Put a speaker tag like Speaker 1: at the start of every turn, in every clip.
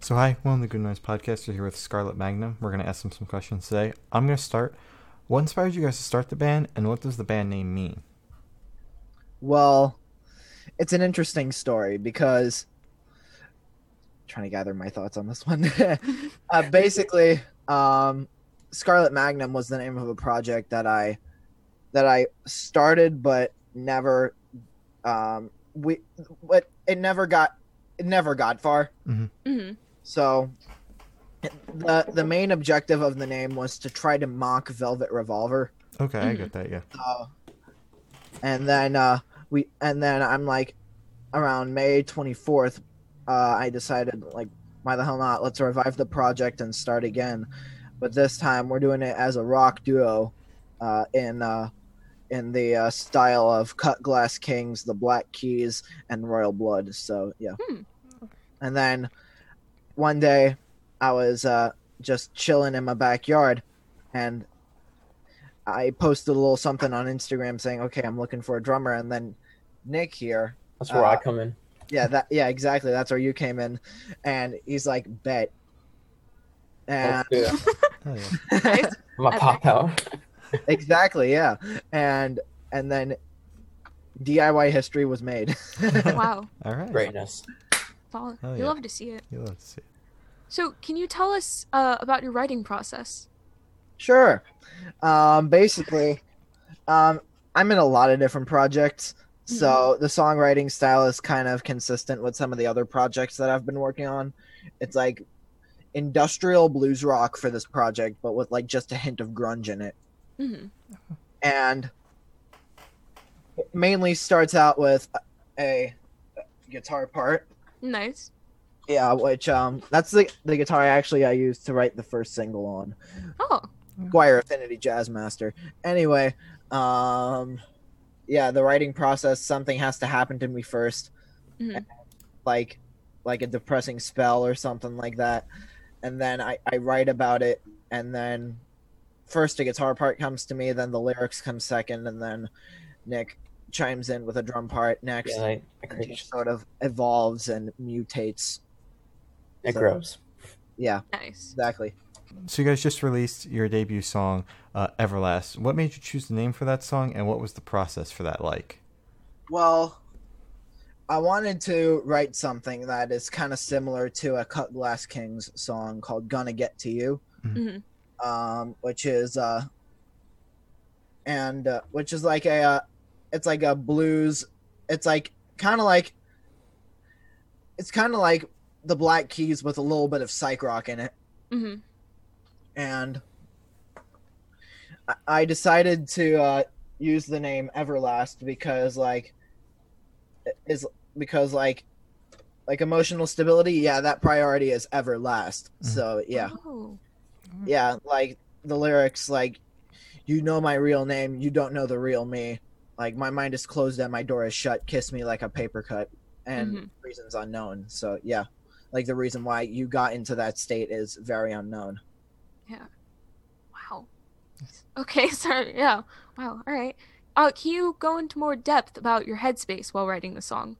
Speaker 1: So, hi, welcome to Good Noise Podcast. You're here with Scarlett Magnum. We're going to ask them some questions today. I'm going to start. What inspired you guys to start the band, and what does the band name mean?
Speaker 2: Well, it's an interesting story because trying to gather my thoughts on this one. uh, basically, um, Scarlet Magnum was the name of a project that I that I started, but never um, we but it never got it never got far.
Speaker 3: hmm
Speaker 2: So the the main objective of the name was to try to mock Velvet Revolver.
Speaker 1: Okay, I
Speaker 3: Mhm.
Speaker 1: get that. Yeah.
Speaker 2: So, and then uh, we and then I'm like, around May 24th, uh, I decided like, why the hell not? Let's revive the project and start again, but this time we're doing it as a rock duo, uh, in uh, in the uh, style of Cut Glass Kings, the Black Keys, and Royal Blood. So yeah.
Speaker 3: Hmm.
Speaker 2: And then one day, I was uh, just chilling in my backyard, and I posted a little something on Instagram saying, "Okay, I'm looking for a drummer," and then Nick here,
Speaker 4: That's where I
Speaker 2: Uh,
Speaker 4: come in.
Speaker 2: yeah, that yeah, exactly, that's where you came in, and he's like, "Bet," and
Speaker 4: Let's do it.
Speaker 1: Oh, yeah.
Speaker 3: Nice.
Speaker 4: I'm a pop out.
Speaker 2: exactly, yeah, and and then DIY history was made.
Speaker 3: wow.
Speaker 1: All right.
Speaker 4: Greatness.
Speaker 3: Solid.
Speaker 1: Oh,
Speaker 3: you
Speaker 1: yeah.
Speaker 3: love to see it.
Speaker 1: You love to see it.
Speaker 3: So, can you tell us uh, about your writing process?
Speaker 2: Sure. Um, basically, um, I'm in a lot of different projects, so the songwriting style is kind of consistent with some of the other projects that I've been working on. It's like industrial blues rock for this project, but with like just a hint of grunge in it,
Speaker 3: hmm
Speaker 2: and it mainly starts out with a guitar part.
Speaker 3: Nice.
Speaker 2: Yeah, which um, that's the the guitar I actually I used to write the first single on.
Speaker 3: Oh,
Speaker 2: Squire Affinity Jazz Master. Anyway, um, yeah, the writing process. Something has to happen to me 1st
Speaker 3: Mhm.
Speaker 2: like like a depressing spell or something like that, and then I I write about it, and then first a guitar part comes to me, then the lyrics come second, and then Nick chimes in with a drum part next.
Speaker 4: Yeah, I, I
Speaker 2: and it
Speaker 4: create-
Speaker 2: just sort of evolves and mutates.
Speaker 4: it grows.
Speaker 2: Yeah,
Speaker 3: nice.
Speaker 2: exactly.
Speaker 1: So, you guys just released your debut song, uh, Everlast. What made you choose the name for that song, and what was the process for that like?
Speaker 2: Well, I wanted to write something that is kind of similar to a Cut Glass Kings song called "Gonna Get to You,"
Speaker 3: Mhm.
Speaker 2: um, which is uh, and uh, which is like a, uh, it's like a blues. It's like kind of like, it's kind of like the Black Keys with a little bit of psych rock in it
Speaker 3: hmm
Speaker 2: and I- I decided to uh, use the name Everlast because like it is because like like emotional stability. Yeah, that priority is Everlast.
Speaker 1: Mhm.
Speaker 2: So yeah,
Speaker 3: Oh.
Speaker 2: yeah, like the lyrics like you know my real name, you don't know the real me. Like my mind is closed and my door is shut. Kiss me like a paper cut, and
Speaker 3: Mhm.
Speaker 2: reasons unknown. So yeah, like the reason why you got into that state is very unknown.
Speaker 3: Wow. Okay. Sorry. Yeah. Wow. All right. Uh, can you go into more depth about your headspace while writing the song?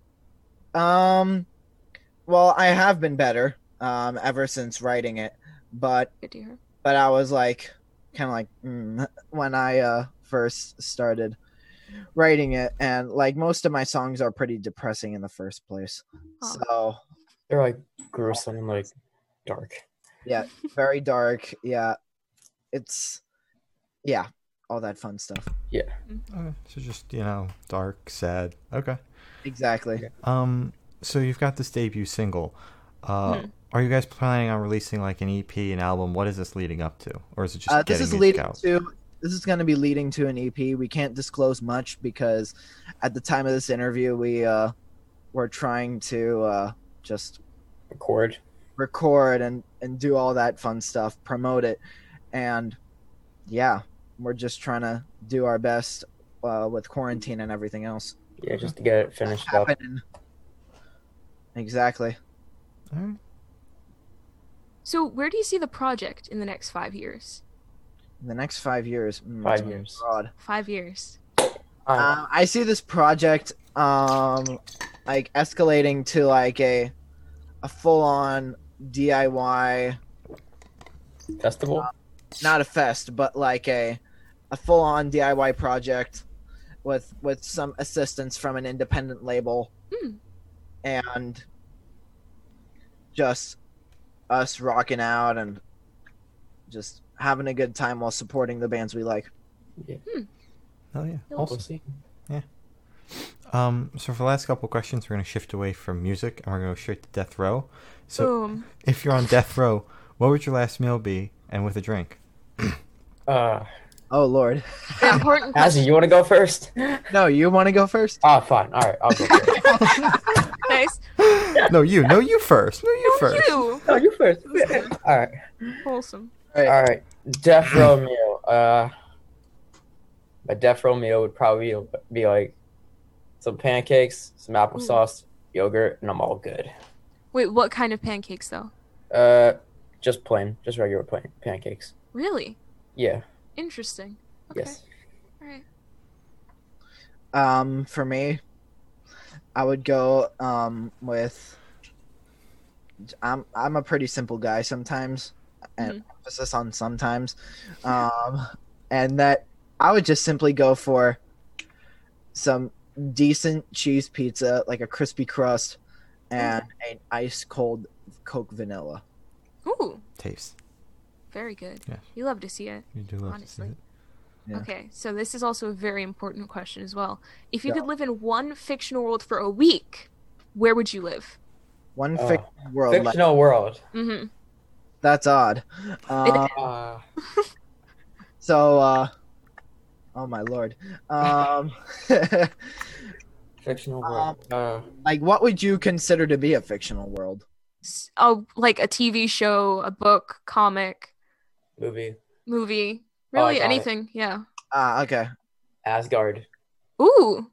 Speaker 2: Um, well, I have been better um ever since writing it, but
Speaker 3: Good to hear.
Speaker 2: but I was like kind of like mm, when I uh first started writing it, and like most of my songs are pretty depressing in the first place.
Speaker 3: Oh.
Speaker 2: So
Speaker 4: They're like gruesome and like dark.
Speaker 2: very dark. Yeah, it's yeah, all that fun stuff.
Speaker 1: Okay, so, just, you know, dark, sad. Okay.
Speaker 2: Exactly.
Speaker 1: Um, so, you've got this debut single. Uh,
Speaker 2: Mm-hmm.
Speaker 3: Mhm.
Speaker 1: Are you guys planning on releasing like an EP, an album? What is this leading up to? Or is it just
Speaker 2: Uh, this
Speaker 1: getting
Speaker 2: is
Speaker 1: music
Speaker 2: leading
Speaker 1: out?
Speaker 2: to this is going to be leading to an EP. We can't disclose much because at the time of this interview, we uh, were trying to uh, just
Speaker 4: Record.
Speaker 2: record and and do all that fun stuff, promote it, and yeah, we're just trying to do our best uh, with quarantine and everything else.
Speaker 4: Yeah, just to get it finished up.
Speaker 2: Happening. Exactly.
Speaker 1: All right.
Speaker 3: So, where do you see the project in the next five years?
Speaker 2: In the next five years. mm,
Speaker 4: Five
Speaker 2: it's
Speaker 4: years.
Speaker 2: broad.
Speaker 3: Five years.
Speaker 4: Uh,
Speaker 2: Um, I see this project um like escalating to like a a full on DIY, um,
Speaker 4: Festival?
Speaker 2: not a fest, but like a a full on DIY project with with some assistance from an independent label
Speaker 3: Hmm.
Speaker 2: and just us rocking out and just having a good time while supporting the bands we like.
Speaker 1: Oh yeah.
Speaker 3: Cool.
Speaker 1: Awesome.
Speaker 4: We'll see.
Speaker 1: Um, so for the last couple questions, we're gonna shift away from music and we're gonna go straight to death row. So
Speaker 3: Boom.
Speaker 1: if you're on death row, what would your last meal be and with a drink?
Speaker 4: Uh,
Speaker 2: Oh lord.
Speaker 3: The important
Speaker 4: Azzy,
Speaker 3: question.
Speaker 4: you want to go first?
Speaker 2: No, you want to go first?
Speaker 4: Ah, fine. All right, I'll go first.
Speaker 3: Nice.
Speaker 1: no, you. No, you first. No, you
Speaker 3: No,
Speaker 1: first.
Speaker 3: you.
Speaker 4: no, you first. All right.
Speaker 3: Wholesome.
Speaker 4: All right, Death Row meal. Uh, my Death Row meal would probably be like some pancakes, some applesauce, yogurt, and I'm all good.
Speaker 3: Wait, what kind of pancakes though?
Speaker 4: Uh, just plain, just regular plain pancakes.
Speaker 3: Really?
Speaker 4: Yeah.
Speaker 3: Interesting. Okay.
Speaker 4: Yes.
Speaker 3: All right.
Speaker 2: Um, for me, I would go um with. I'm I'm a pretty simple guy sometimes, and emphasis on sometimes, um, and that I would just simply go for some decent cheese pizza, like a crispy crust, and an ice cold Coke vanilla.
Speaker 3: Ooh,
Speaker 1: Taste.
Speaker 3: very good.
Speaker 1: Yes.
Speaker 3: You love to see it.
Speaker 1: You do love
Speaker 3: Honestly.
Speaker 1: to see it.
Speaker 2: Yeah.
Speaker 3: Okay, so this is also a very important question as well. If you
Speaker 2: Yeah.
Speaker 3: could live in one fictional world for a week, where would you live?
Speaker 2: One
Speaker 4: Oh.
Speaker 2: fictional world. like-
Speaker 4: Fictional world.
Speaker 3: Mm-hmm.
Speaker 2: that's odd. Um,
Speaker 4: Uh,
Speaker 2: so, uh, oh my lord. Um,
Speaker 4: fictional world.
Speaker 3: Um,
Speaker 4: Uh,
Speaker 2: like what would you consider to be a fictional world
Speaker 3: Oh, like a TV show, a book, comic,
Speaker 4: movie.
Speaker 3: movie,
Speaker 4: Oh, I
Speaker 3: really
Speaker 4: got it.
Speaker 3: anything. Yeah.
Speaker 2: ah okay
Speaker 4: Asgard.
Speaker 3: Ooh,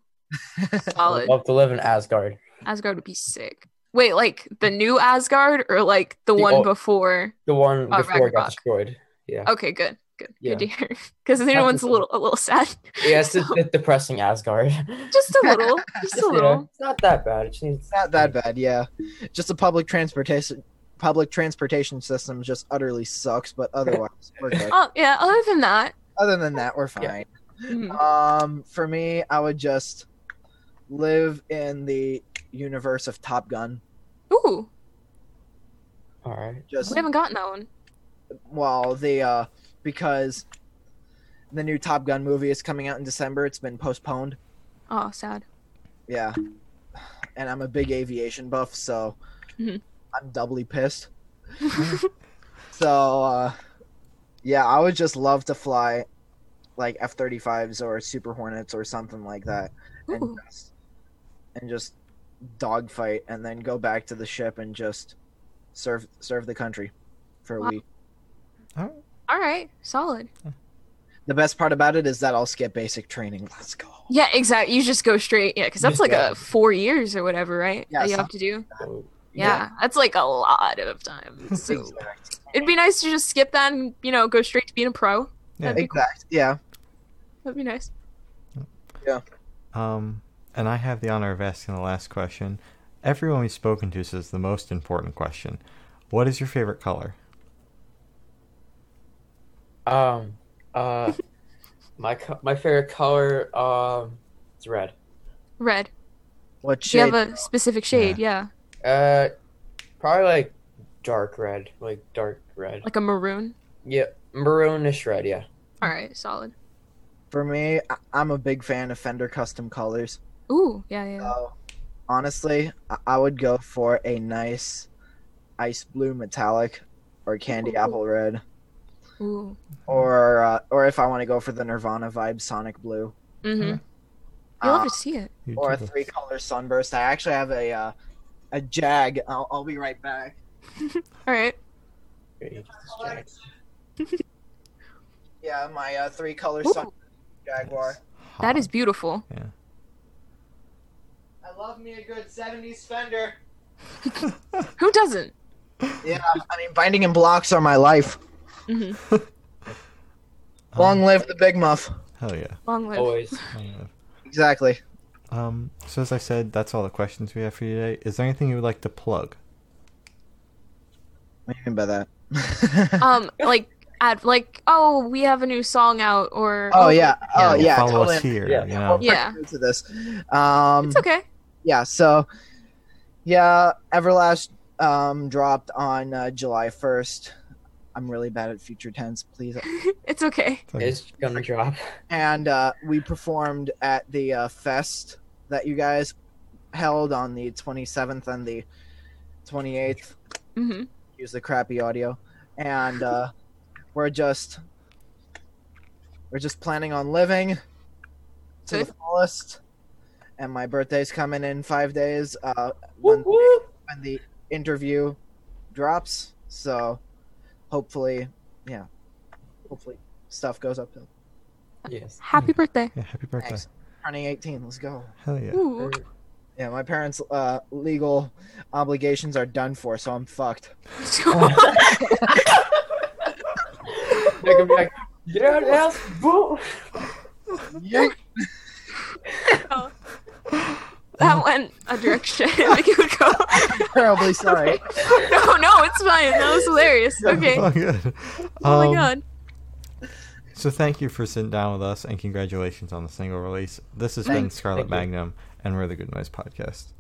Speaker 4: I
Speaker 3: solid.
Speaker 4: would love to live in Asgard.
Speaker 3: Asgard would be sick. Wait, like the new Asgard or like the,
Speaker 4: The
Speaker 3: one
Speaker 4: old-
Speaker 3: before?
Speaker 4: The one
Speaker 3: Oh,
Speaker 4: before it
Speaker 3: Ragnarok.
Speaker 4: got destroyed. Yeah.
Speaker 3: Okay, good, good,
Speaker 4: Yeah.
Speaker 3: good to hear. Because the new
Speaker 4: That's
Speaker 3: one's a
Speaker 4: the-
Speaker 3: little, a little sad.
Speaker 4: Yeah, it's
Speaker 3: So,
Speaker 4: a bit depressing Asgard.
Speaker 3: just a little, just a
Speaker 4: you know,
Speaker 3: little.
Speaker 4: it's not that bad. It's, it's
Speaker 2: not that bad yeah just the public transportation public transportation system just utterly sucks but otherwise we're good.
Speaker 3: Oh yeah. Other than that,
Speaker 2: other than that we're fine
Speaker 3: mhm.
Speaker 2: um for me i would just live in the universe of top gun
Speaker 3: ooh,
Speaker 4: All right.
Speaker 2: just
Speaker 3: we haven't gotten that one.
Speaker 2: well the uh because the new top gun movie is coming out in december it's been postponed
Speaker 3: Oh, sad.
Speaker 2: Yeah. And I'm a big aviation buff, so
Speaker 3: Mhm.
Speaker 2: I'm doubly pissed. so, uh, yeah, I would just love to fly like F 35s or Super Hornets or something like that
Speaker 3: Ooh,
Speaker 2: and just, and just dogfight and then go back to the ship and just serve serve the country for a
Speaker 3: Wow.
Speaker 2: week.
Speaker 3: all right, solid.
Speaker 2: The best part about it is that I'll skip basic training. Let's go.
Speaker 3: Yeah, exactly. You just go straight. Yeah, because that's
Speaker 4: Just
Speaker 3: like
Speaker 4: go.
Speaker 3: a four years or whatever, right?
Speaker 2: Yeah,
Speaker 3: that you
Speaker 2: some-
Speaker 3: have to do.
Speaker 4: So,
Speaker 3: Yeah, that's like a lot of time. So
Speaker 2: Exact.
Speaker 3: it'd be nice to just skip that and you know go straight to being a pro.
Speaker 1: Yeah.
Speaker 3: That'd be cool.
Speaker 2: Exact. Yeah.
Speaker 3: That'd be nice.
Speaker 1: Um, and I have the honor of asking the last question. Everyone we've spoken to says the most important question. What is your favorite color?
Speaker 4: Um. Uh. my co- my favorite color. Um. It's red.
Speaker 3: Red.
Speaker 2: What
Speaker 3: Do you have
Speaker 2: shade?
Speaker 3: a specific shade? Yeah.
Speaker 4: Uh. Probably like dark red. Like dark red.
Speaker 3: like a maroon.
Speaker 4: Yeah. Maroonish red. Yeah.
Speaker 3: All right, solid.
Speaker 2: For me, I- I'm a big fan of Fender custom colors.
Speaker 3: Ooh, yeah, yeah.
Speaker 2: So, honestly, I- I would go for a nice ice blue metallic or candy
Speaker 3: Ooh.
Speaker 2: apple red
Speaker 3: Ooh.
Speaker 2: or uh, or if I want to go for the Nirvana vibe sonic blue
Speaker 3: Mhm. I
Speaker 2: uh,
Speaker 3: love to see it.
Speaker 1: You
Speaker 2: or a
Speaker 1: do.
Speaker 2: three color sunburst. I actually have a uh, a jag. I'll, I'll be right back.
Speaker 3: All right.
Speaker 4: Here, you just distract.
Speaker 2: Yeah, my uh, three color
Speaker 3: Ooh.
Speaker 2: sunburst jaguar.
Speaker 3: That is beautiful.
Speaker 1: Hot. Yeah.
Speaker 2: I love me a good 70s Fender.
Speaker 3: Who doesn't?
Speaker 2: Yeah, I mean binding and blocks are my life.
Speaker 3: Mhm.
Speaker 1: Um,
Speaker 2: Long live the big muff.
Speaker 1: Hell yeah.
Speaker 3: Long live.
Speaker 4: Always.
Speaker 1: Long live.
Speaker 2: Exactly.
Speaker 1: Um, so as I said, that's all the questions we have for you today. Is there anything you would like to plug?
Speaker 2: What do you mean by that?
Speaker 3: Um, like ad, like oh, we have a new song out, or
Speaker 2: oh yeah, oh yeah,
Speaker 1: follow
Speaker 2: totally.
Speaker 1: us here.
Speaker 4: Yeah.
Speaker 1: You know?
Speaker 3: Yeah.
Speaker 2: To this, um,
Speaker 3: it's okay.
Speaker 2: yeah. So, yeah, Everlast um, dropped on uh, July first. I'm really bad at future tense, please.
Speaker 3: It's okay.
Speaker 1: It's like-
Speaker 4: It's gonna drop.
Speaker 2: And uh, we performed at the uh, fest that you guys held on the 27th and the 28th.
Speaker 3: hmm
Speaker 2: use the crappy audio and uh, we're just we're just planning on living to the
Speaker 3: Good.
Speaker 2: fullest and my birthday's coming in five days uh, when,
Speaker 4: Woo, woo.
Speaker 2: when the interview drops so hopefully yeah hopefully stuff goes uphill
Speaker 4: Yes.
Speaker 3: Happy birthday.
Speaker 1: yeah, happy birthday.
Speaker 2: Thanks. turning 18 let's go
Speaker 1: Hell yeah.
Speaker 3: Ooh.
Speaker 2: yeah my parents uh, legal obligations are done for so i'm fucked
Speaker 4: Make him be like, get out of the house, boo.
Speaker 2: yeah
Speaker 3: that went a direction we could go.
Speaker 2: terribly sorry
Speaker 3: no, no, it's fine. That was hilarious. Okay.
Speaker 1: Oh, good.
Speaker 3: Oh my
Speaker 1: Um,
Speaker 3: god.
Speaker 1: So thank you for sitting down with us, and congratulations on the single release. This has been
Speaker 2: Thanks.
Speaker 1: Scarlet
Speaker 4: Thank you.
Speaker 1: Magnum and We're the Good Noise Podcast.